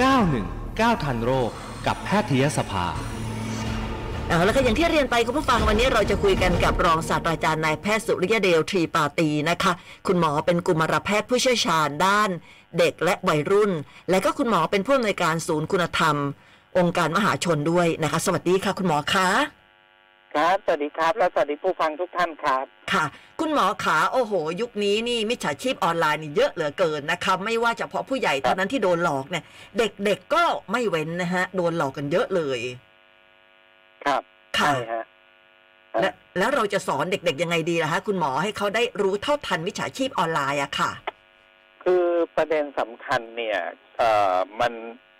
919 ทันโรค กับแพทยสภา เอาแล้วก็อย่างที่เรียนไปคุณผู้ฟังวันนี้เราจะคุยกันกับรองศาสตราจารย์นายแพทย์สุริยเดลทรีปาตีนะคะ คุณหมอเป็นกุมารแพทย์ผู้เชี่ยวชาญด้าน เด็กและวัยรุ่น และก็คุณหมอเป็นผู้อำนวยการศูนย์คุณธรรม องค์การมหาชนด้วยนะคะ สวัสดีค่ะ คุณหมอคะ ครับ สวัสดีครับ และสวัสดีผู้ฟังทุกท่านครับ ค่ะ คุณหมอขาโอ้โห ยุคนี้นี่มิจฉาชีพออนไลน์นี่เยอะเหลือเกินนะคะไม่ว่าเฉพาะผู้ใหญ่เท่านั้นที่โดนหลอกเนี่ย เด็กๆก็ไม่เว้นนะฮะโดนหลอกกันเยอะเลย ครับ ค่ะ ใช่ฮะ ครับ และแล้วเราจะสอนเด็กๆยังไงดีล่ะคะคุณหมอให้เขาได้รู้เท่าทันวิชาชีพออนไลน์อะค่ะ คือประเด็นสำคัญเนี่ยเอ่อมัน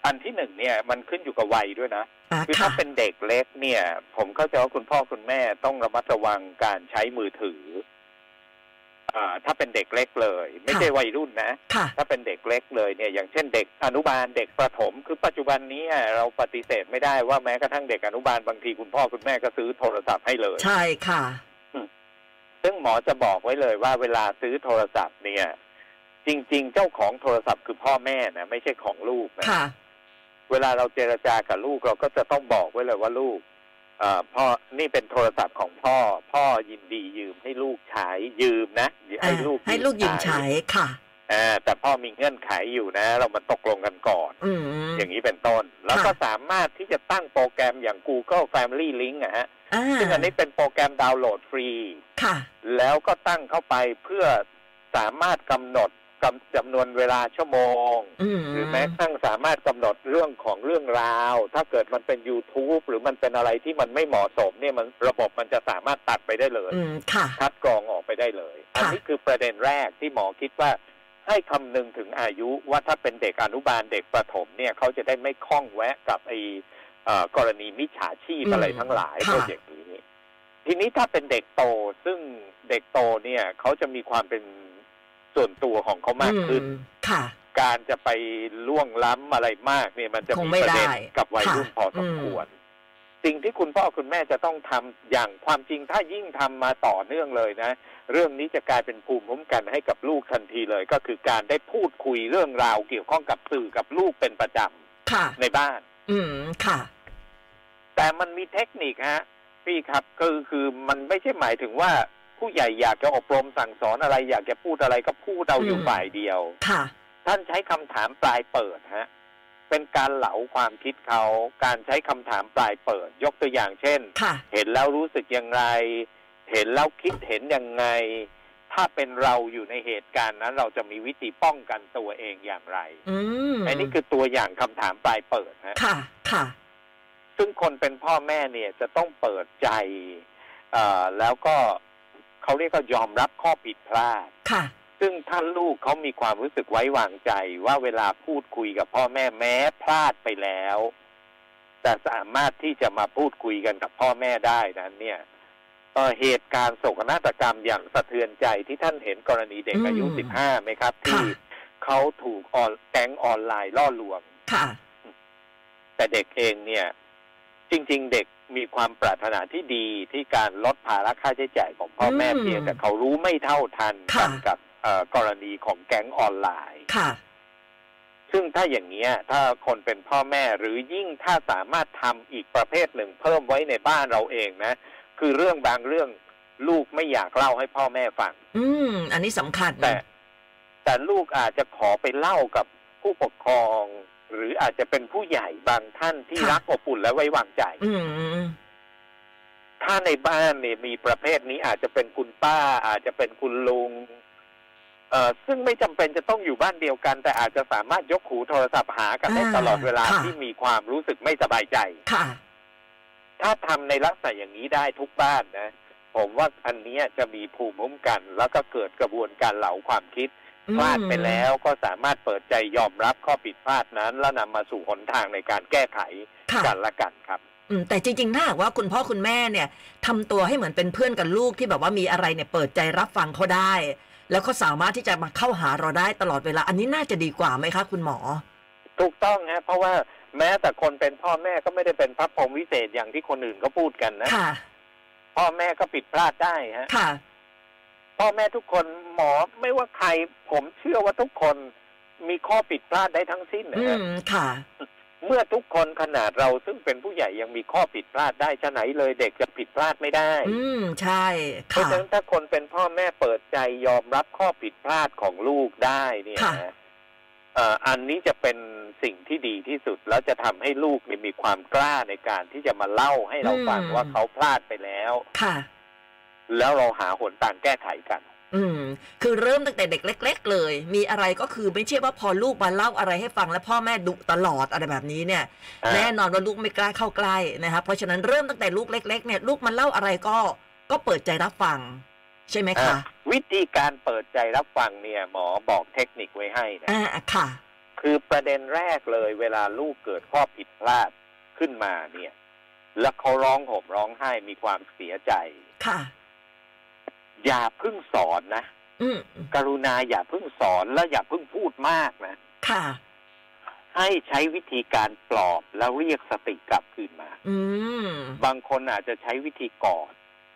อันที่หนึ่งเนี่ย มันขึ้นอยู่กับวัยด้วยนะ อ่า คือ ค่ะ ถ้าเป็นเด็กเล็กเนี่ย ผมเข้าใจว่าคุณพ่อคุณแม่ต้องระมัดระวังการใช้มือถืออ่าถ้าเป็นเด็กเล็กเลย ไม่ใช่วัยรุ่นนะ ค่ะ ถ้าเป็นเด็กเล็กเลยเนี่ยอย่างเช่นเด็กอนุบาลเด็กประถม คือปัจจุบันนี้เราปฏิเสธไม่ได้ว่าแม้กระทั่งเด็กอนุบาลบางทีคุณพ่อคุณแม่ก็ซื้อโทรศัพท์ให้เลย ใช่ค่ะ ซึ่งหมอจะบอกไว้เลยว่าเวลาซื้อโทรศัพท์เนี่ย จริง ๆ เจ้าของโทรศัพท์คือพ่อแม่นะไม่ใช่ของลูกนะ ค่ะ เวลาเราเจรจากับลูกเราก็จะต้องบอกไว้เลยว่าลูกเอ่อพ่อนี่เป็นโทรศัพท์ของพ่อ พ่อยินดียืมให้ลูกใช้ยืมนะให้ลูก ให้ลูกยืมใช้ค่ะ อ่าแต่พ่อมีเงื่อนไขอยู่นะ เรามาตกลงกันก่อน อืม อย่างนี้เป็นต้น แล้วก็ ค่ะ สามารถที่จะตั้งโปรแกรมอย่าง Google Family Link นะฮะ อ่า ซึ่งอันนี้เป็นโปรแกรมดาวน์โหลดฟรี ค่ะ แล้วก็ตั้งเข้าไปเพื่อสามารถกำหนดกำจำนวนเวลาชั่วโมง อืม หรือแม้กระทั่งสามารถกำหนดเรื่องของเรื่องราว ถ้าเกิดมันเป็น YouTube หรือมันเป็นอะไรที่มันไม่เหมาะสมเนี่ยมันระบบมันจะสามารถตัดไปได้เลย อืมค่ะ คัดกรองออกไปได้เลย อันนี้คือประเด็นแรกที่หมอคิดว่า ให้คำนึงถึงอายุว่าถ้าเป็นเด็กอนุบาลเด็กประถมเนี่ยเขาจะได้ไม่คล้องแวะกับไอเอ่อกรณีมิจฉาชีพ อืม อะไรทั้งหลาย ค่ะ โปรเจกต์นี้ ทีนี้ถ้าเป็นเด็กโตซึ่งเด็กโตเนี่ยเขาจะมีความเป็นส่วนตัวของเขามากขึ้น อืมค่ะ การจะไปล่วงล้ำอะไรมากเนี่ยมันจะ คง มี ไม่ ประเด็น ได้ กับวัยรุ่น ค่ะ พอสม อืม ควร สิ่งที่คุณพ่อคุณแม่จะต้องทำอย่างความจริงถ้ายิ่งทำมาต่อเนื่องเลยนะ เรื่องนี้จะกลายเป็นภูมิคุ้มกันให้กับลูกทันทีเลย ก็คือการได้พูดคุยเรื่องราวเกี่ยวข้องกับสื่อกับลูกเป็นประจำ ค่ะ ในบ้าน อืมค่ะ แต่มันมีเทคนิคฮะพี่ครับคือคือมันไม่ใช่หมายถึงว่าผู้ใหญ่อยากจะอบรมสั่งสอนอะไร อยากจะพูดอะไรก็พูดเอาอยู่ อืม ฝ่ายเดียว ค่ะ ท่านใช้คำถามปลายเปิดฮะ เป็นการเหลาความคิดเขา การใช้คำถามปลายเปิด ยกตัวอย่างเช่น ค่ะ เห็นแล้วรู้สึกอย่างไร เห็นแล้วคิดเห็นยังไง ถ้าเป็นเราอยู่ในเหตุการณ์นั้น เราจะมีวิธีป้องกันตัวเองอย่างไร อืม อันนี้คือตัวอย่างคำถามปลายเปิดฮะ ค่ะ ค่ะ ซึ่งคนเป็นพ่อแม่เนี่ยจะต้องเปิดใจเอ่อแล้วก็เขาเรียกก็ยอมรับข้อผิดพลาด ค่ะ ซึ่งถ้าลูกเขามีความรู้สึกไว้วางใจ ว่าเวลาพูดคุยกับพ่อแม่แม้พลาดไปแล้ว แต่สามารถที่จะมาพูดคุยกันกับพ่อแม่ได้นั้นเนี่ยเอ่อเหตุการณ์โศกนาฏกรรมอย่างสะเทือนใจที่ท่านเห็นกรณีเด็ก อืม อายุ 15ไหมครับ ที่ ค่ะ เขาถูกออนแก๊งออนไลน์ล่อลวง ค่ะ แต่เด็กเองเนี่ย จริง ๆ เด็กมีความปรารถนาที่ดีที่การลดภาระค่าใช้จ่ายของพ่อแม่ อืม เพียงแต่เขารู้ไม่เท่าทัน ค่ะ กันกับเอ่อกรณีของแก๊งออนไลน์ ค่ะ ซึ่งถ้าอย่างเนี้ย ถ้าคนเป็นพ่อแม่หรือยิ่งถ้าสามารถทำอีกประเภทหนึ่งเพิ่มไว้ในบ้านเราเองนะ คือเรื่องบางเรื่องลูกไม่อยากเล่าให้พ่อแม่ฟัง อืม อันนี้สำคัญ แต่แต่ลูกอาจจะขอไปเล่ากับผู้ปกครอง หรืออาจจะเป็นผู้ใหญ่บางท่านที่ ค่ะ รักอบอุ่นและไว้วางใจ อืม ถ้าในบ้านเนี่ยมีประเภทนี้อาจจะเป็นคุณป้า อาจจะเป็นคุณลุงเอ่อซึ่งไม่จำเป็นจะต้องอยู่บ้านเดียวกัน แต่อาจจะสามารถยกหูโทรศัพท์หากันได้ อ่า ตลอดเวลา ค่ะ ที่มีความรู้สึกไม่สบายใจ ค่ะ ถ้าทำในลักษณะอย่างนี้ได้ทุกบ้านนะ ผมว่าอันเนี้ยจะมีภูมิคุ้มกัน แล้วก็เกิดกระบวนการเหลาความคิด อืม พลาดไปแล้วก็สามารถเปิดใจยอมรับข้อผิดพลาดนั้น แล้วนำมาสู่หนทางในการแก้ไข ค่ะ กันละกันครับ อืมแต่จริงๆถ้าหากว่าคุณพ่อคุณแม่เนี่ยทำตัวให้เหมือนเป็นเพื่อนกับลูกที่แบบว่ามีอะไรเนี่ยเปิดใจรับฟังเขาได้ แล้วเขาสามารถที่จะมาเข้าหาเราได้ตลอดเวลา อันนี้น่าจะดีกว่าไหมคะ คุณหมอ ถูกต้องฮะเพราะว่าแม้แต่คนเป็นพ่อแม่ก็ไม่ได้เป็นพระพรหมวิเศษอย่างที่คนอื่นก็พูดกันนะ ค่ะ พ่อแม่ก็ผิดพลาดได้ฮะ ค่ะ พ่อแม่ทุกคนหมอไม่ว่าใคร ผมเชื่อว่าทุกคน มีข้อผิดพลาดได้ทั้งสิ้นนะ อื ฮะ มค่ะ เมื่อทุกคนขนาดเราซึ่งเป็นผู้ใหญ่ยังมีข้อผิดพลาดได้ฉะไหนเลยเด็กจะผิดพลาดไม่ได้ อืมใช่ เพราะ ค่ะ ฉะนั้นถ้าคนเป็นพ่อแม่เปิดใจยอมรับข้อผิดพลาดของลูกได้เนี่ย ค่ะ นะเอ่ออันนี้จะเป็นสิ่งที่ดีที่สุด แล้วจะทำให้ลูกเนี่ยมีความกล้าในการที่จะมาเล่าให้เราฟัง อืม ว่าเขาพลาดไปแล้ว ค่ะ แล้วเราหาหนทางแก้ไขกัน อืม คือเริ่มตั้งแต่เด็กเล็ก ๆ เลย มีอะไรก็คือไม่ใช่ว่าพอลูกมาเล่าอะไรให้ฟังแล้วพ่อแม่ดุตลอดอะไรแบบนี้เนี่ย แน่นอนว่าลูกไม่กล้าเข้าใกล้นะคะเพราะฉะนั้นเริ่มตั้งแต่ลูกเล็ก ๆ เนี่ยลูกมันเล่าอะไรก็ก็เปิดใจรับฟัง ใช่ไหม อ่ะ คะ วิธีการเปิดใจรับฟังเนี่ยหมอบอกเทคนิคไว้ให้นะ อ่าค่ะ คือประเด็นแรกเลยเวลาลูกเกิดข้อผิดพลาดขึ้นมาเนี่ย แล้วเขาร้องห่มร้องไห้มีความเสียใจ ค่ะ อย่าเพิ่งสอนนะ อืม กรุณาอย่าเพิ่งสอนและอย่าเพิ่งพูดมากนะ ค่ะ ให้ใช้วิธีการปลอบแล้วเรียกสติกลับคืนมา อืม บางคนอาจจะใช้วิธีกอด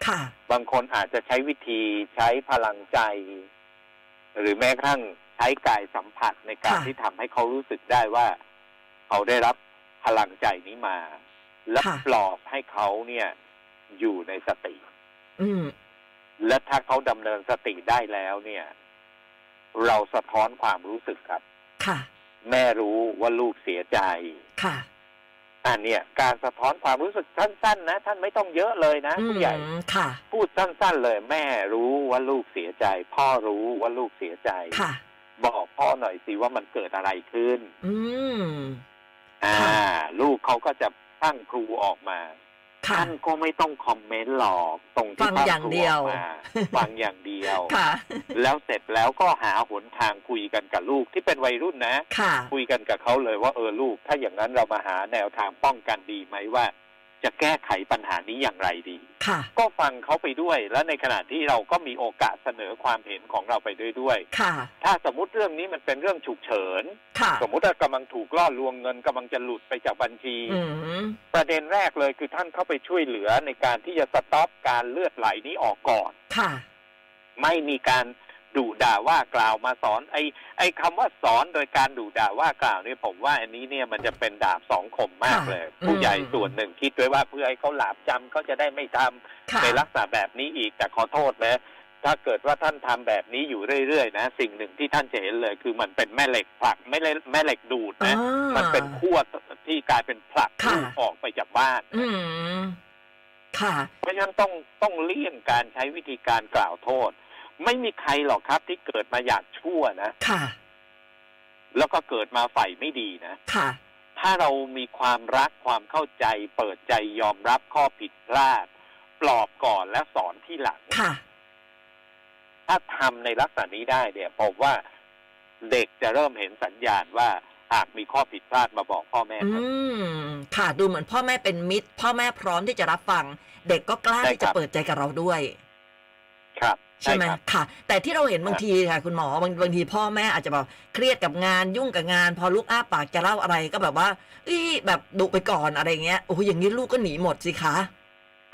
ค่ะ บางคนอาจจะใช้วิธีใช้พลังใจ หรือแม้กระทั่งใช้กายสัมผัสในการ ค่ะ ที่ทำให้เขารู้สึกได้ว่า เขาได้รับพลังใจนี้มา และปลอบให้เขาเนี่ย อยู่ในสติ อืม และถ้าเขาดำเนินสติได้แล้วเนี่ย เราสะท้อนความรู้สึกครับ ค่ะ แม่รู้ว่าลูกเสียใจ ค่ะ อันเนี่ย การสะท้อนความรู้สึกสั้นๆนะ ท่านไม่ต้องเยอะเลยนะ อืม ผู้ใหญ่ ค่ะ พูดสั้นๆเลย แม่รู้ว่าลูกเสียใจ พ่อรู้ว่าลูกเสียใจ ค่ะ บอกพ่อหน่อยสิว่ามันเกิดอะไรขึ้น อืม อ่า ค่ะ ลูกเขาก็จะตั้งครูออกมา ค่ะ ท่านก็ไม่ต้องคอมเมนต์หรอกตรงที่ ฟัง ตั้ง อย่าง ครู เดี อ ยว อกมา ฟังอย่างเดียว ค่ะ แล้วเสร็จแล้วก็หาหนทางคุยกันกับลูกที่เป็นวัยรุ่นนะ ค่ะ คุยกันกับเขาเลยว่าเออลูก ถ้าอย่างนั้นเรามาหาแนวทางป้องกันดีไหมว่า จะแก้ไขปัญหานี้อย่างไรดี ค่ะ ก็ฟังเขาไปด้วย แล้วในขณะที่เราก็มีโอกาสเสนอความเห็นของเราไปด้วยด้วย ค่ะ ถ้าสมมติเรื่องนี้มันเป็นเรื่องฉุกเฉิน ค่ะ สมมติว่ากำลังถูกล่อลวงเงินกำลังจะหลุดไปจากบัญชี อืม ประเด็นแรกเลยคือท่านเข้าไปช่วยเหลือในการที่จะสต็อปการเลือดไหลนี้ออกก่อน ค่ะ ไม่มีการดุด่าว่ากล่าวมาสอน ไอ้ไอ้คำว่าสอนโดยการดุด่าว่ากล่าวเนี่ยผมว่าอันนี้เนี่ยมันจะเป็นดาบสองคมมากเลย ค่ะอืม ผู้ใหญ่ส่วนหนึ่งคิดไว้ว่าเพื่อให้เขาหลาบจำเขาจะได้ไม่ทำ ค่ะ ในลักษณะแบบนี้อีกแต่ขอโทษนะถ้าเกิดว่าท่านทำแบบนี้อยู่เรื่อยๆ นะ สิ่งหนึ่งที่ท่านจะเห็นเลย คือมันเป็นแม่เหล็กผลักไม่เล่แม่เหล็กดูดนะ อ่ามั มันเป็นขั้วที่กลายเป็นผลัก ค่ะ ลูกออกไปจากบ้าน อืม ค่ะ เพราะฉะนั้นต้องต้องเลี่ยงการใช้วิธีการกล่าวโทษ ไม่มีใครหรอกครับที่เกิดมาอยากชั่วนะ ค่ะ แล้วก็เกิดมาฝ่ายไม่ดีนะ ค่ะ ถ้าเรามีความรักความเข้าใจ เปิดใจยอมรับข้อผิดพลาด ปลอบก่อนและสอนที่หลัง ค่ะ ถ้าทำในลักษณะนี้ได้เนี่ยผมว่าเด็กจะเริ่มเห็นสัญญาณว่าหากมีข้อผิดพลาดมาบอกพ่อแม่ อื ครับ ม ค่ะ ดูเหมือนพ่อแม่เป็นมิตร พ่อแม่พร้อมที่จะรับฟัง เด็กก็กล้า ใช่ ที่ ครั จะ บ เปิดใจกับเราด้วย ครับ ใช่ไหม ครับ ค่ะ แต่ที่เราเห็นบางทีค่ะ คุณหมอบางบางทีพ่อแม่อาจจะแบบเครียดกับงานยุ่งกับงาน พอลูกอ้าปากจะเล่าอะไรก็แบบว่าอีแบบดุไปก่อนอะไรเงี้ยโอ้โหอย่างนี้ลูกก็หนีหมดสิคะ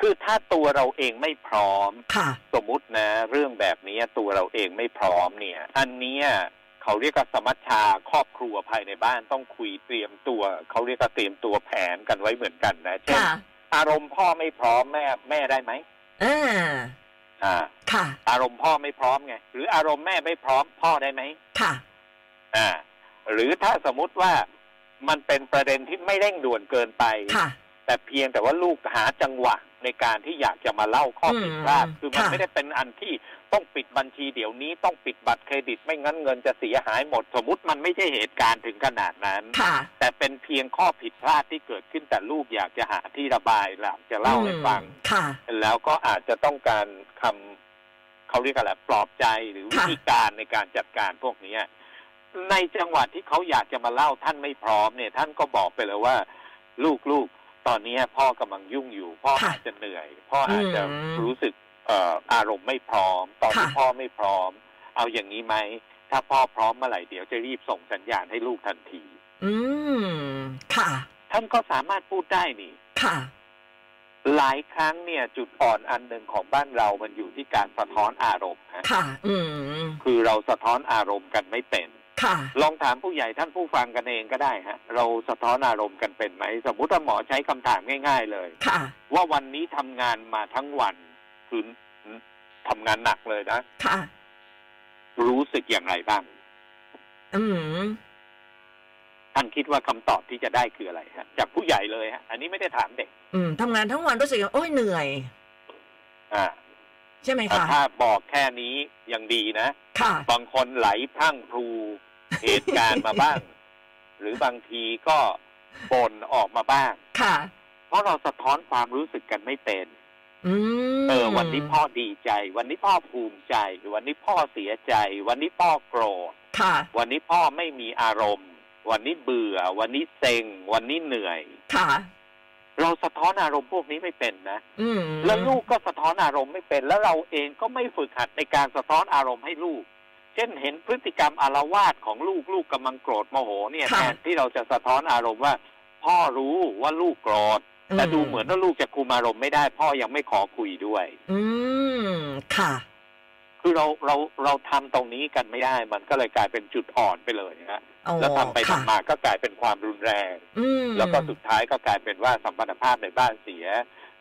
คือถ้าตัวเราเองไม่พร้อม ค่ะ สมมตินะ เรื่องแบบนี้ตัวเราเองไม่พร้อมเนี่ย อันเนี้ยเขาเรียกว่าสมัชชาครอบครัวภายในบ้านต้องคุยเตรียมตัว เขาเรียกว่าเตรียมตัวแผนกันไว้เหมือนกันนะเช่น ค่ะ อารมณ์พ่อไม่พร้อมแม่แม่ได้ไหม อ่า อ่า ค่ะ อารมณ์พ่อไม่พร้อมไงหรืออารมณ์แม่ไม่พร้อมพ่อได้ไหม ค่ะ อ่า หรือถ้าสมมุติว่ามันเป็นประเด็นที่ไม่เร่งด่วนเกินไป ค่ะ แต่เพียงแต่ว่าลูกหาจังหวะในการที่อยากจะมาเล่าข้อผิดพลาด อืม คือมัน ค่ะ ไม่ได้เป็นอันที่ต้องปิดบัญชีเดี๋ยวนี้ต้องปิดบัตรเครดิตไม่งั้นเงินจะเสียหายหมด สมมติมันไม่ใช่เหตุการณ์ถึงขนาดนั้น ค่ะ แต่เป็นเพียงข้อผิดพลาดที่เกิดขึ้นแต่ลูกอยากจะหาที่ระบายหลักจะเล่าให้ฟัง อืมค่ะ แล้วก็อาจจะต้องการคำเขาเรียกอะไรปลอบใจหรือวิธีการในการจัดการพวกเนี้ยในจังหวัดที่เขาอยากจะมาเล่าท่านไม่พร้อมเนี่ย ท่านก็บอกไปเลยว่า ลูกลูกตอนเนี้ยพ่อกำลังยุ่งอยู่ พ่อ ค่ะ อาจจะเหนื่อย พ่ออาจจะ อืม รู้สึกเอ่ออารมณ์ไม่พร้อม ตอนที่ ค่ะ พ่อไม่พร้อม เอาอย่างนี้ไหมถ้าพ่อพร้อมเมื่อไหร่เดี๋ยวจะรีบส่งสัญญาณให้ลูกทันที อืม ค่ะ ท่านก็สามารถพูดได้นี่ ค่ะ หลายครั้งเนี่ยจุดอ่อนอันหนึ่งของบ้านเรา มันอยู่ที่การสะท้อนอารมณ์ฮะ ค่ะ อืม คือเราสะท้อนอารมณ์กันไม่เป็น ค่ะ ลองถามผู้ใหญ่ท่านผู้ฟังกันเองก็ได้ฮะ เราสะท้อนอารมณ์กันเป็นไหม สมมติว่าหมอใช้คำถามง่าย ๆ เลย ค่ะ ว่าวันนี้ทำงานมาทั้งวันคือทำงานหนักเลยนะ ค่ะ รู้สึกอย่างไรบ้าง อืม ท่านคิดว่าคำตอบที่จะได้คืออะไรฮะจากผู้ใหญ่เลยฮะอันนี้ไม่ได้ถามเด็ก อืมทำงานทั้งวันรู้สึกว่าโอ้ยเหนื่อย อ่า ใช่ไหม แต่ คะ ถ้าบอกแค่นี้ยังดีนะ ค่ะ บางคนไหลพรั่งพลูเหตุการณ์มาบ้าง หรือบางทีก็บ่นออกมาบ้าง ค่ะ เพราะเราสะท้อนความรู้สึกกันไม่เป็น อืม เออวันนี้พ่อดีใจ วันนี้พ่อภูมิใจ วันนี้พ่อเสียใจ วันนี้พ่อโกรธ ค่ะ วันนี้พ่อไม่มีอารมณ์ วันนี้เบื่อ วันนี้เซ็ง วันนี้เหนื่อย ค่ะ เราสะท้อนอารมณ์พวกนี้ไม่เป็นนะ อืม แล้วลูกก็สะท้อนอารมณ์ไม่เป็น แล้วเราเองก็ไม่ฝึกหัดในการสะท้อนอารมณ์ให้ลูก เช่นเห็นพฤติกรรมอารวาสของลูกลูกกำลังโกรธโมโหเนี่ยแทนที่เราจะสะท้อนอารมณ์ว่า พ่อรู้ว่าลูกโกรธแต่ดูเหมือนว่าลูกจะคุมอารมณ์ไม่ได้ พ่อยังไม่ขอคุยด้วย อืม ค่ะ คือเราเราเราทำตรงนี้กันไม่ได้ มันก็เลยกลายเป็นจุดอ่อนไปเลยนะฮะ อ๋อ แล้วทำไป ค่ะ ทำมาก็กลายเป็นความรุนแรง อืม แล้วก็สุดท้ายก็กลายเป็นว่าสัมพันธภาพในบ้านเสีย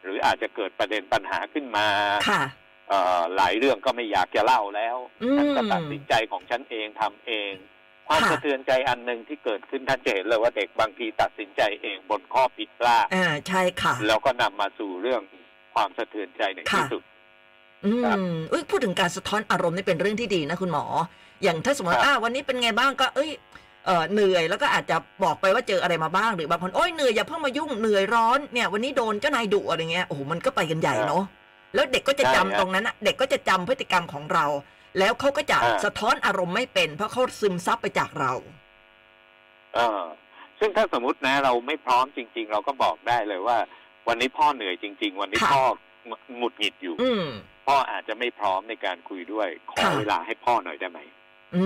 หรืออาจจะเกิดประเด็นปัญหาขึ้นมา ค่ะ เอ่อหลายเรื่องก็ไม่อยากจะเล่าแล้ว อืม ฉันก็ตัดสินใจของฉันเองทำเอง ความ ค่ะ สะเทือนใจอันหนึ่งที่เกิดขึ้นท่านจะเห็นเลยว่าเด็กบางทีตัดสินใจเองบนข้อผิดพลาด อ่าใช่ค่ะ แล้วก็นำมาสู่เรื่องความสะเทือนใจในที่ ค่ะ สุด อื ครับ มอุ้ยพูดถึงการสะท้อนอารมณ์นี่เป็นเรื่องที่ดีนะคุณหมอ อย่างถ้าสมมติ ครับ อ่าวันนี้เป็นไงบ้างก็ เอ้ยเออเหนื่อยแล้วก็อาจจะบอกไปว่าเจออะไรมาบ้างหรือบางคนโอ้ยเหนื่อยอย่าเพิ่งมายุ่งเหนื่อยร้อนเนี่ย วันนี้โดนเจ้านายดุอะไรเงี้ยโอ้โหมันก็ไปกันใหญ่เนาะแล้วเด็กก็จะจำตรงนั้นอะเด็กก็จะจำพฤติกรรมของเรา แล้วเขาก็จะสะท้อนอารมณ์ไม่เป็น เพราะเขาซึมซับไปจากเรา เออซึ่งถ้าสมมตินะ เราไม่พร้อมจริง ๆ เราก็บอกได้เลยว่า วันนี้พ่อเหนื่อยจริง ๆ วันนี้ ค่ะ พ่อหงุดหงิดอยู่ อืม พ่ออาจจะไม่พร้อมในการคุยด้วย ขอ ค่ะ เวลาให้พ่อหน่อยได้ไหม อื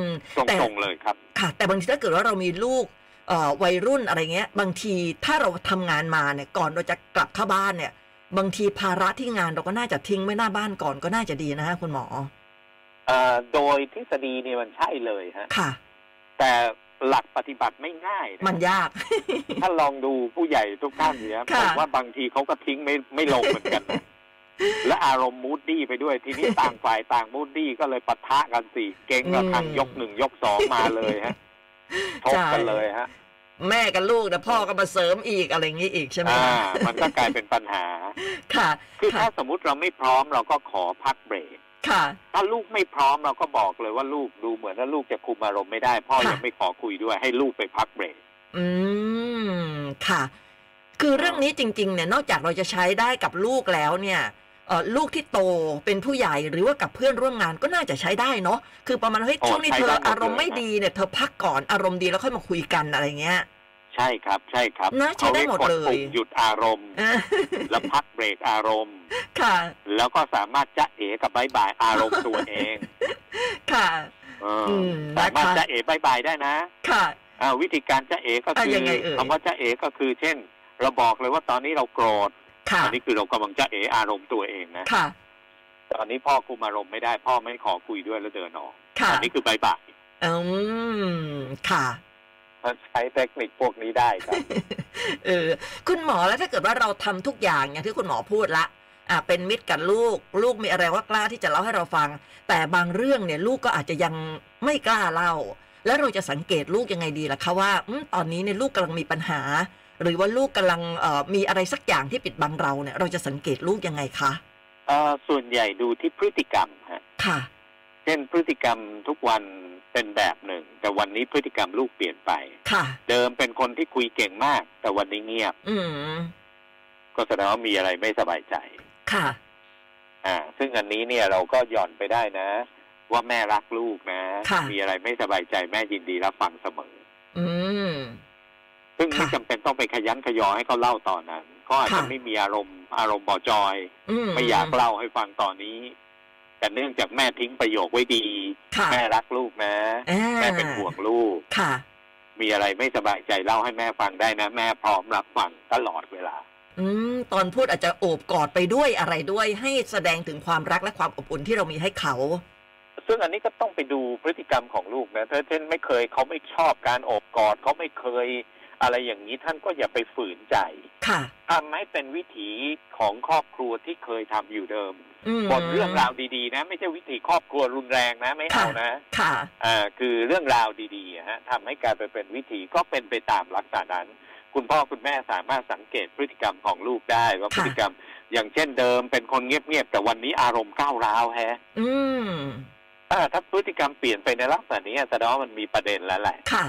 ม ต แต่ รงๆเลยครับ ค่ะแต่บางทีถ้าเกิดว่าเรามีลูกเอ่อวัยรุ่นอะไรเงี้ย บางทีถ้าเราทำงานมาเนี่ยก่อนเราจะกลับเข้าบ้านเนี่ย บางทีภาระที่งานเราก็น่าจะทิ้งไว้หน้าบ้านก่อนก็น่าจะดีนะฮะคุณหมอ เอ่อโดยทฤษฎีเนี่ยมันใช่เลยฮะ ค่ะ แต่หลักปฏิบัติไม่ง่ายนะ มันยาก ถ้าลองดูผู้ใหญ่ทุกท่านเนี่ย ค่ะ ผมว่าบางทีเขาก็ทิ้งไม่ไม่ลงเหมือนกันนะ และอารมณ์มูดดี้ไปด้วย ทีนี้ต่างฝ่ายต่างมูดดี้ก็เลยปะทะกันสิเก่งกับทางยกหนึ่งยกสองมาเลยฮะทบกันเลยฮะ แม่กับลูกแต่พ่อก็มาเสริมอีกอะไรอย่างงี้อีกใช่ไหม อ่า คะ มันก็กลายเป็นปัญหา ค่ะ คือ ค่ะ ถ้าสมมติเราไม่พร้อมเราก็ขอพักเบรก ค่ะ ถ้าลูกไม่พร้อมเราก็บอกเลยว่าลูกดูเหมือนว่าลูกจะคุมอารมณ์ไม่ได้ พ่อ ค่ะ ยังไม่ขอคุยด้วย ให้ลูกไปพักเบรก อืม ค่ะ คือเรื่องนี้จริง ๆ เนี่ย นอกจากเราจะใช้ได้กับลูกแล้วเนี่ยเอ่อลูกที่โตเป็นผู้ใหญ่หรือว่ากับเพื่อนร่วมงานก็น่าจะใช้ได้เนาะคือประมาณว่าเฮ้ย โอ้ ช่วงนี้ ใช้ เธ ได้ อ หมดเลย อารมณ์ไม่ดีเนี่ยเธอพักก่อนอารมณ์ดีแล้วค่อยมาคุยกันอะไรเงี้ย ใช่ครับ ใช่ครับ น่าใช้ เขา ได้ เรียก หมด กด เลย ปุ่มหยุดอารมณ์ เออ แล้วพักเบรกอารมณ์ ค่ะ แล้วก็สามารถจะเอกับบายบายอารมณ์ตัวเอง ค่ะ เอออ ม สามารถ นะคะ จะเอบายบายได้นะ ค่ะ อ่าวิธีการจะเอก็คื อ่ะยังไงเอ่ย คำว่าจะเอก็คือ เช่น เราบอกเลยว่าตอนนี้เราโกรธ ค่ะ อันนี้คือเรากำลังจะเออารมณ์ตัวเองนะ ค่ะ ตอนนี้พ่อคุมอารมณ์ไม่ได้ พ่อไม่ขอคุยด้วยแล้วเดินออก ค่ะ อันี้คือบายบาย อืมค่ะ มันใช้เทคนิคพวกนี้ได้ครับ เออคุณหมอแล้วถ้าเกิดว่าเราทำทุกอย่างอย่างที่คุณหมอพูดละอ่ะเป็นมิตรกับลูก ลูกมีอะไรว่ากล้าที่จะเล่าให้เราฟัง แต่บางเรื่องเนี่ยลูกก็อาจจะยังไม่กล้าเล่า แล้วเราจะสังเกตลูกยังไงดีล่ะคะว่าอมตอนนี้เนี่ยลูกกำลังมีปัญหา หรือว่าลูกกำลังเอ่อมีอะไรสักอย่างที่ปิดบังเราเนี่ย เราจะสังเกตลูกยังไงคะ เอ่อส่วนใหญ่ดูที่พฤติกรรมฮะ ค่ะ เช่นพฤติกรรมทุกวันเป็นแบบหนึ่ง แต่วันนี้พฤติกรรมลูกเปลี่ยนไป ค่ะ เดิมเป็นคนที่คุยเก่งมาก แต่วันนี้เงียบ อืม ก็แสดงว่ามีอะไรไม่สบายใจ ค่ะ อ่า ซึ่งอันนี้เนี่ยเราก็หย่อนไปได้นะ ว่าแม่รักลูกนะ ค่ะ มีอะไรไม่สบายใจแม่ยินดีรับฟังเสมอ อืม ซึ่งไม่ ค่ะ จำเป็นต้องไปขยันขยอให้เขาเล่าตอนนั้นเขาอาจจะ ค่ะ ไม่มีอารมณ์อารมณ์บ่อจอย อืม ไม่อยากเล่าให้ฟังตอนนี้ แต่เนื่องจากแม่ทิ้งประโยคไว้ดี ค่ะ แม่รักลูกนะ อ่า แม่เป็นห่วงลูก ค่ะ มีอะไรไม่สบายใจเล่าให้แม่ฟังได้นะ แม่พร้อมรับฟังตลอดเวลา อืมตอนพูดอาจจะโอบกอดไปด้วยอะไรด้วยให้แสดงถึงความรักและความอบอุ่นที่เรามีให้เขา ซึ่งอันนี้ก็ต้องไปดูพฤติกรรมของลูกนะถ้าเช่นไม่เคยเขาไม่ชอบการโอบกอดเขาไม่เคยอะไรอย่างนี้ท่านก็อย่าไปฝืนใจ ค่ะ ทำให้เป็นวิถีของครอบครัวที่เคยทำอยู่เดิม อืม บทเรื่องราวดีๆ นะ ไม่ใช่วิถีครอบครัวรุนแรงนะไม่เอานะ ค่ะ อ่าคือเรื่องราวดีๆอะฮะทำให้การไปเป็นวิธีก็เป็นไปตามลักษณะนั้น คุณพ่อคุณแม่สามารถสังเกตพฤติกรรมของลูกได้ว่า ค่ะ พฤติกรรม อย่างเช่นเดิมเป็นคนเงียบๆแต่วันนี้อารมณ์ก้าวร้าวแฮะ อืม อ่าถ้าพฤติกรรมเปลี่ยนไปในลักษณะนี้แสดงว่ามันมีประเด็นแล้วแหละ ค่ะ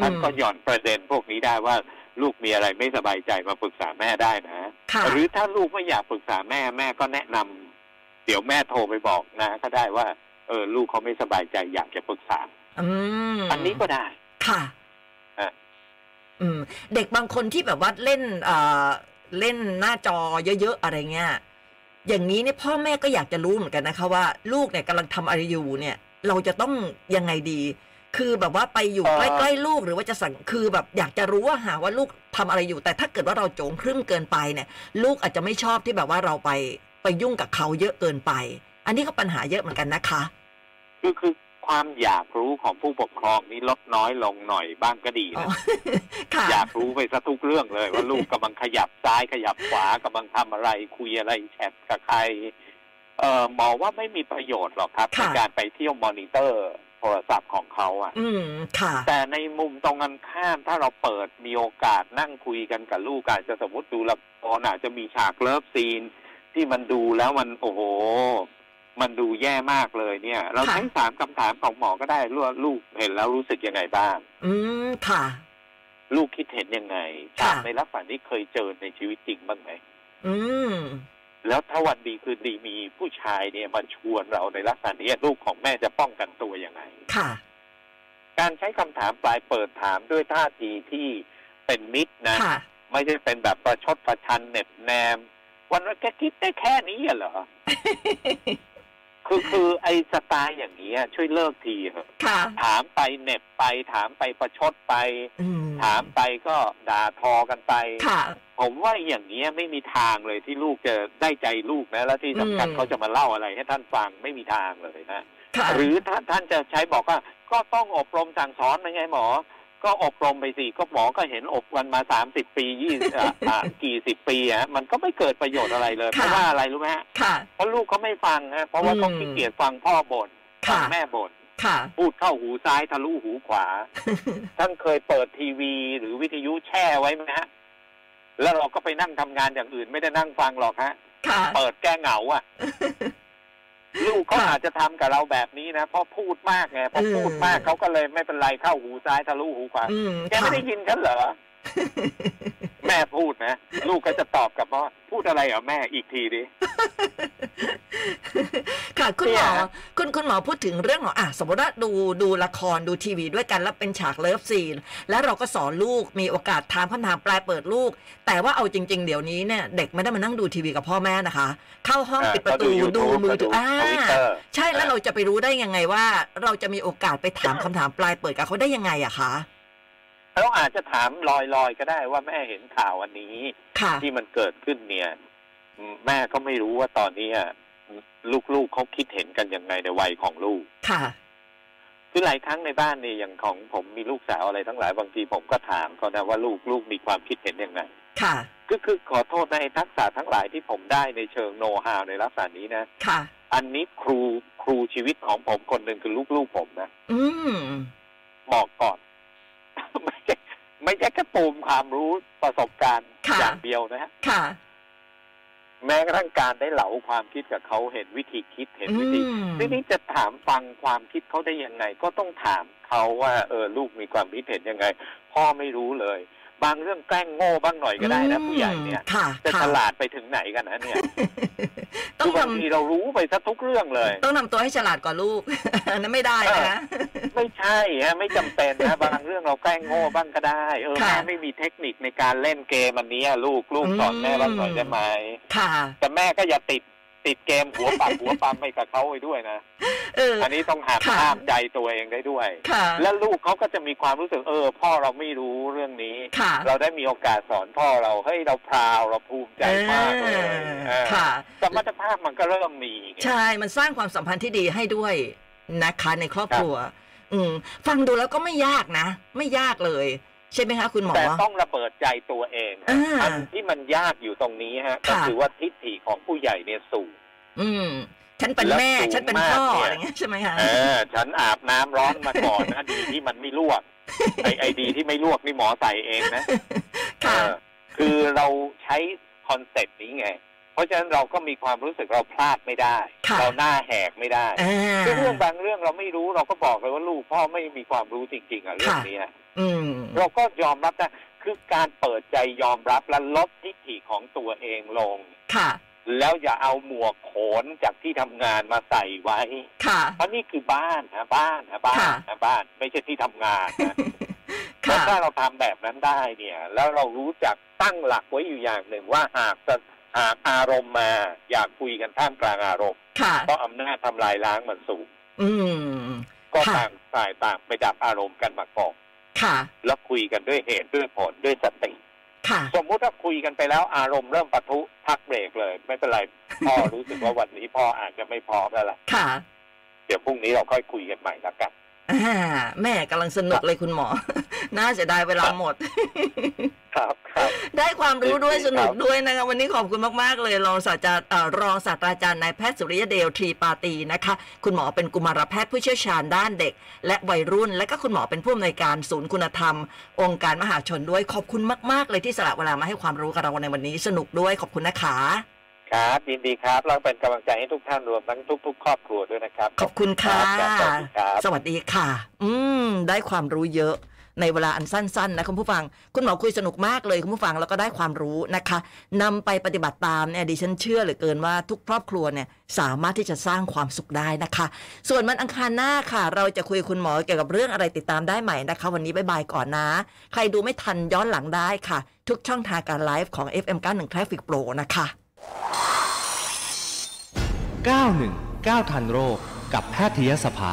ท่านก็ ม หย่อนประเด็นพวกนี้ได้ว่าลูกมีอะไรไม่สบายใจมาปรึกษาแม่ได้นะ ค่ะ หรือถ้าลูกไม่อยากปรึกษาแม่แม่ก็แนะนำเดี๋ยวแม่โทรไปบอกนะ ก็ได้ว่าเออลูกเขาไม่สบายใจอยากจะปรึกษา อืม อันนี้ก็ได้ ค่ะ อ่ะ อืม เด็กบางคนที่แบบว่าเล่น เอ่อเล่นหน้าจอเยอะๆอะไรเงี้ยอย่างนี้เนี่ยพ่อแม่ก็อยากจะรู้เหมือนกันนะคะ ว่าลูกเนี่ยกำลังทำอะไรอยู่เนี่ย เราจะต้องยังไงดี คือแบบว่าไปอยู่ เอ่อ ใกล้ๆลูกหรือว่าจะสั่งคือแบบอยากจะรู้ว่าหาว่าลูกทำอะไรอยู่ แต่ถ้าเกิดว่าเราโจงครึ่มเกินไปเนี่ย ลูกอาจจะไม่ชอบที่แบบว่าเราไปไปยุ่งกับเขาเยอะเกินไป อันนี้ก็ปัญหาเยอะเหมือนกันนะคะ คือคือความอยากรู้ของผู้ปกครองนี้ลดน้อยลงหน่อยบ้างก็ดี อ๋อ นะ ค่ะ อยากรู้ไปซะทุกเรื่องเลย ว่าลูกกำลังขยับซ้ายขยับขวากำลังทำอะไรคุยอะไรแชทกับใครเอ่อหมอว่าไม่มีประโยชน์หรอกครับ ค่ะ ในการไปเที่ยวมอนิเตอร์โทรศัพท์ของเขาอะ อืมค่ะ แต่ในมุมตรงกันข้ามถ้าเราเปิดมีโอกาสนั่งคุยกันกับลูกอาจจะสมมติดูละครอาจจะมีฉากเลิฟซีน ที่มันดูแล้วมันโอ้โห มันดูแย่มากเลยเนี่ย เรา ค่ะ ใช้สามคำถามของหมอก็ได้ลูกลูกเห็นแล้วรู้สึกยังไงบ้าง อืมค่ะ ลูกคิดเห็นยังไง ค่ะ ฉากในลักษณะที่เคยเจอในชีวิตจริงบ้างไหม อืม แล้วถ้าวันดีคืนดีมีผู้ชายเนี่ยมาชวนเราในลักษณะนี้ลูกของแม่จะป้องกันตัวยังไง ค่ะ การใช้คำถามปลายเปิดถามด้วยท่าทีที่เป็นมิตรนะ ค่ะ ไม่ใช่เป็นแบบประชดประชันเหน็บแนม วันว่าแกคิดได้แค่นี้เหรอ คือคือไอ้สไตล์อย่างนี้ยช่วยเลิกทีเถอะ ค่ะ ถามไปเหน็บไป ถามไปประชดไป อืม ถามไปก็ด่าทอกันไป ค่ะ ผมว่าอย่างนี้ยไม่มีทางเลยที่ลูกจะได้ใจลูกนะ แล้วที่สำคัญ อืม เขาจะมาเล่าอะไรให้ท่านฟังไม่มีทางเลยนะ ค่ะ หรือถ้าท่านจะใช้บอกว่า ก็ต้องอบรมสั่งสอนนะไงหมอ ก็อบรมไปสิก็หมอก็เห็นอบกันมาสามสิบปียี่กี่สิบปีฮะมันก็ไม่เกิดประโยชน์อะไรเลยเพราะว่าอะไรรู้ไหมฮะ ค่ะ เพราะลูกเขาไม่ฟังฮะเพราะว่าเขา อืม ขี้เกียจฟังพ่อบ่นฟั ค่ะ แม่บ่น ค่ะ พูดเข้าหูซ้ายทะลุหูข วา ท่านเคยเปิดทีวีหรือวิทยุแช่ไว้ไหมฮะแล้วเราก็ไปนั่งทำงานอย่างอื่นไม่ได้นั่งฟังหรอกฮะ ค่ะ เปิดแก้เหงา อ่ะ ลูกเขา ค่ะ อาจจะทำกับเราแบบนี้นะเพราะพูดมากไงพอ เออ พูดมากเขาก็เลยไม่เป็นไรเข้าหูซ้ายทะลุหูขวา อืม แก ค่ะ ไม่ได้ยินฉัน เหรอ แม่พูดนะลูกก็จะตอบกลับว่าพูดอะไรเหรอแม่อีกทีดิ ค่ะ คุณหมอ เนี่ย คุณคุณหมอพูดถึงเรื่องของอ่ะสมมติว่าดูดูละครดูทีวีด้วยกันแล้วเป็นฉากเลิฟซีน แล้วเราก็สอนลูกมีโอกาสถามคำถามปลายเปิดลูก แต่ว่าเอาจริง ๆ เดี๋ยวนี้เนี่ยเด็กไม่ได้มานั่งดูทีวีกับพ่อแม่นะคะ เข้าห้องปิดประตู เออก็ ดู YouTube มือถือ ก็ อ่า ทวิตเตอร์ ใช่แล้วเราจะไปรู้ได้ยังไงว่า เราจะมีโอกาสไปถามคำถามปลายเปิดกับเขาได้ยังไงอะคะ เราอาจจะถามลอยๆก็ได้ว่าแม่เห็นข่าวอันนี้ ค่ะ ที่มันเกิดขึ้นเนี่ยอืมแม่ก็ไม่รู้ว่าตอนเนี้ยลูกๆเขาคิดเห็นกันยังไงในวัยของลูก ค่ะ คือหลายครั้งในบ้านเนี่ยอย่างของผมมีลูกสาวอะไรทั้งหลายบางทีผมก็ถามเขานะว่าลูกลูกมีความคิดเห็นยังไง ค่ะ ก็คือขอโทษในะไอ้ทักษะทั้งหลายที่ผมได้ในเชิงโน้ตฮาวในลักษณะนี้นะ ค่ะ อันนี้ครูครูชีวิตของผมคนหนึ่งคือลูกๆผมนะ อืม บอกก่อน ไม่ใช่ไม่ใช่แค่ปูมความรู้ประสบการณ์ ค่ะ อย่างเดียวนะฮะ ค่ะ แม้กระทั่งการได้เหลาความคิดกับเขาเห็นวิธีคิดเห็น อื วิธี ม ทีนี้จะถามฟังความคิดเขาได้ยังไง ก็ต้องถามเขาว่าเออลูกมีความคิดเห็นยังไง พ่อไม่รู้เลย บางเรื่องแกล้งโง่บ้างหน่อยก็ได้นะผู้ใหญ่เนี่ย ค่ะ จะ ค่ะ ฉลาดไปถึงไหนกันนะเนี่ย ต้อ คื ง อ ท บางทีเรารู้ไปซะทุกเรื่องเลย ำต้องนำตัวให้ฉลาดกว่าลูก อันนั้นไม่ได้นะคะ ไม่ใช่ฮะไม่จำเป็นนะ บางเรื่องเราแกล้งโง่บ้างก็ได้เออ ค่ะ แม่ไม่มีเทคนิคในการเล่นเกมอันเนี้ยลูกลูกสอนแม่บ้างหน่อย อืม ได้ไหม ค่ะ แต่แม่ก็อย่าติด ติดเกมหัวปักหัวปั๊มให้กับเขาไปด้วยนะ เออ อันนี้ต้องหัก ค่ะ ห้ามใจตัวเองได้ด้วย ค่ะ และลูกเขาก็จะมีความรู้สึกเออ พ่อเราไม่รู้เรื่องนี้ ค่ะ เราได้มีโอกาสสอนพ่อเราเฮ้ยเราพราวเราภูมิใจมากเลย เอ เอ อ อ ค่ะ สมรรถภาพมันก็เริ่มมีไง ใช่ มันสร้างความสัมพันธ์ที่ดีให้ด้วยนะคะในครอบครัว อืม ฟังดูแล้วก็ไม่ยากนะ ไม่ยากเลย ใช่ไหมคะคุณหมอ แต่ต้องระเบิดใจตัวเองฮะ อ่า อันที่มันยากอยู่ตรงนี้ฮะ ค่ะ ก็คือว่าทิฏฐิของผู้ใหญ่เนี่ยสูง อืม ฉันเป็น แล้ว แม่ สูง ฉันเป็นพ่อ มากเนี่ย อะไรเงี้ยใช่ไหมคะ เออ ฉันอาบน้ำร้อนมาก่อนนะดีที่มันไม่ลวก ไอไอดีที่ไม่ลวกนี่หมอใส่เองนะ ค่ะ เออคือเราใช้คอนเซ็ปต์นี้ไง เพราะฉะนั้นเราก็มีความรู้สึกเราพลาดไม่ได้ ค่ะ เราหน้าแหกไม่ได้ อ่า คือเรื่องบางเรื่องเราไม่รู้เราก็บอกเลยว่าลูกพ่อไม่มีความรู้จริง ๆอ่ะเรื่องเนี้ย อืม เราก็ยอมรับนะคือการเปิดใจยอมรับและลดทิฏฐิของตัวเองลง ค่ะ แล้วอย่าเอาหมวกโขนจากที่ทำงานมาใส่ไว้ ค่ะ เพราะนี่คือบ้านนะบ้านนะบ้าน ค่ะ นะบ้าน ไม่ใช่ที่ทำงานนะแล้ว ค่ะ ถ้าเราทำแบบนั้นได้เนี่ย แล้วเรารู้จักตั้งหลักไว้อยู่อย่างหนึ่งว่าหากจะหากอารมณ์มา อยากคุยกันท่ามกลางอารมณ์ ค่ะ เพราะอำนาจทำลายล้างมันสูง อืม ก็ ค่ะ ต่างฝ่ายต่างไปดับอารมณ์กันมาก่อน ค่ะ แล้วคุยกันด้วยเหตุด้วยผลด้วยสติ ค่ะ สมมุติว่าคุยกันไปแล้วอารมณ์เริ่มปะทุพักเบรกเลย ไม่เป็นไร พ่อรู้สึกว่าวันนี้พ่ออาจจะไม่พร้อมแล้วล่ะ ค่ะ เดี๋ยวพรุ่งนี้เราค่อยคุยกันใหม่ละกัน อ่า แม่กำลังสนุกเลยคุณหมอ น่าเสียดายเวลาหมด ครับครับ ได้ความรู้ด้วย ครับ สนุกด้วยนะคะวันนี้ขอบคุณมาก ๆ เลยรองศาสตราเอ่อรองศาสตราจารย์นายแพทย์สุริยเดลทรีปาตีนะคะ คุณหมอเป็นกุมารแพทย์ผู้เชี่ยวชาญด้านเด็ก และวัยรุ่น และก็คุณหมอเป็นผู้อำนวยการศูนย์คุณธรรม องค์การมหาชนด้วยขอบคุณมาก ๆ เลยที่สละเวลามาให้ความรู้กับเราในวันนี้สนุกด้วยขอบคุณนะคะ ครับยินดีครับเราเป็นกำลังใจให้ทุกท่านรวมทั้งทุก ๆ ครอบครัวด้วยนะครับ ขอบคุณค่ะ ครับขอบคุณครับ สวัสดีค่ะ อืม ได้ความรู้เยอะในเวลาอันสั้น ๆ นะคุณผู้ฟัง คุณหมอคุยสนุกมากเลยคุณผู้ฟังแล้วก็ได้ความรู้นะคะนำไปปฏิบัติตามเนี่ยดิฉันเชื่อเหลือเกินว่าทุกครอบครัวเนี่ยสามารถที่จะสร้างความสุขได้นะคะ ส่วนมันอังคารหน้าค่ะ เราจะคุยกับคุณหมอเกี่ยวกับเรื่องอะไรติดตามได้ใหม่นะคะ วันนี้บายบายก่อนนะ ใครดูไม่ทันย้อนหลังได้ค่ะ ทุกช่องทางการไลฟ์ของ FM 91 Traffic Pro นะคะ 919ทันโรคกับแพทยสภา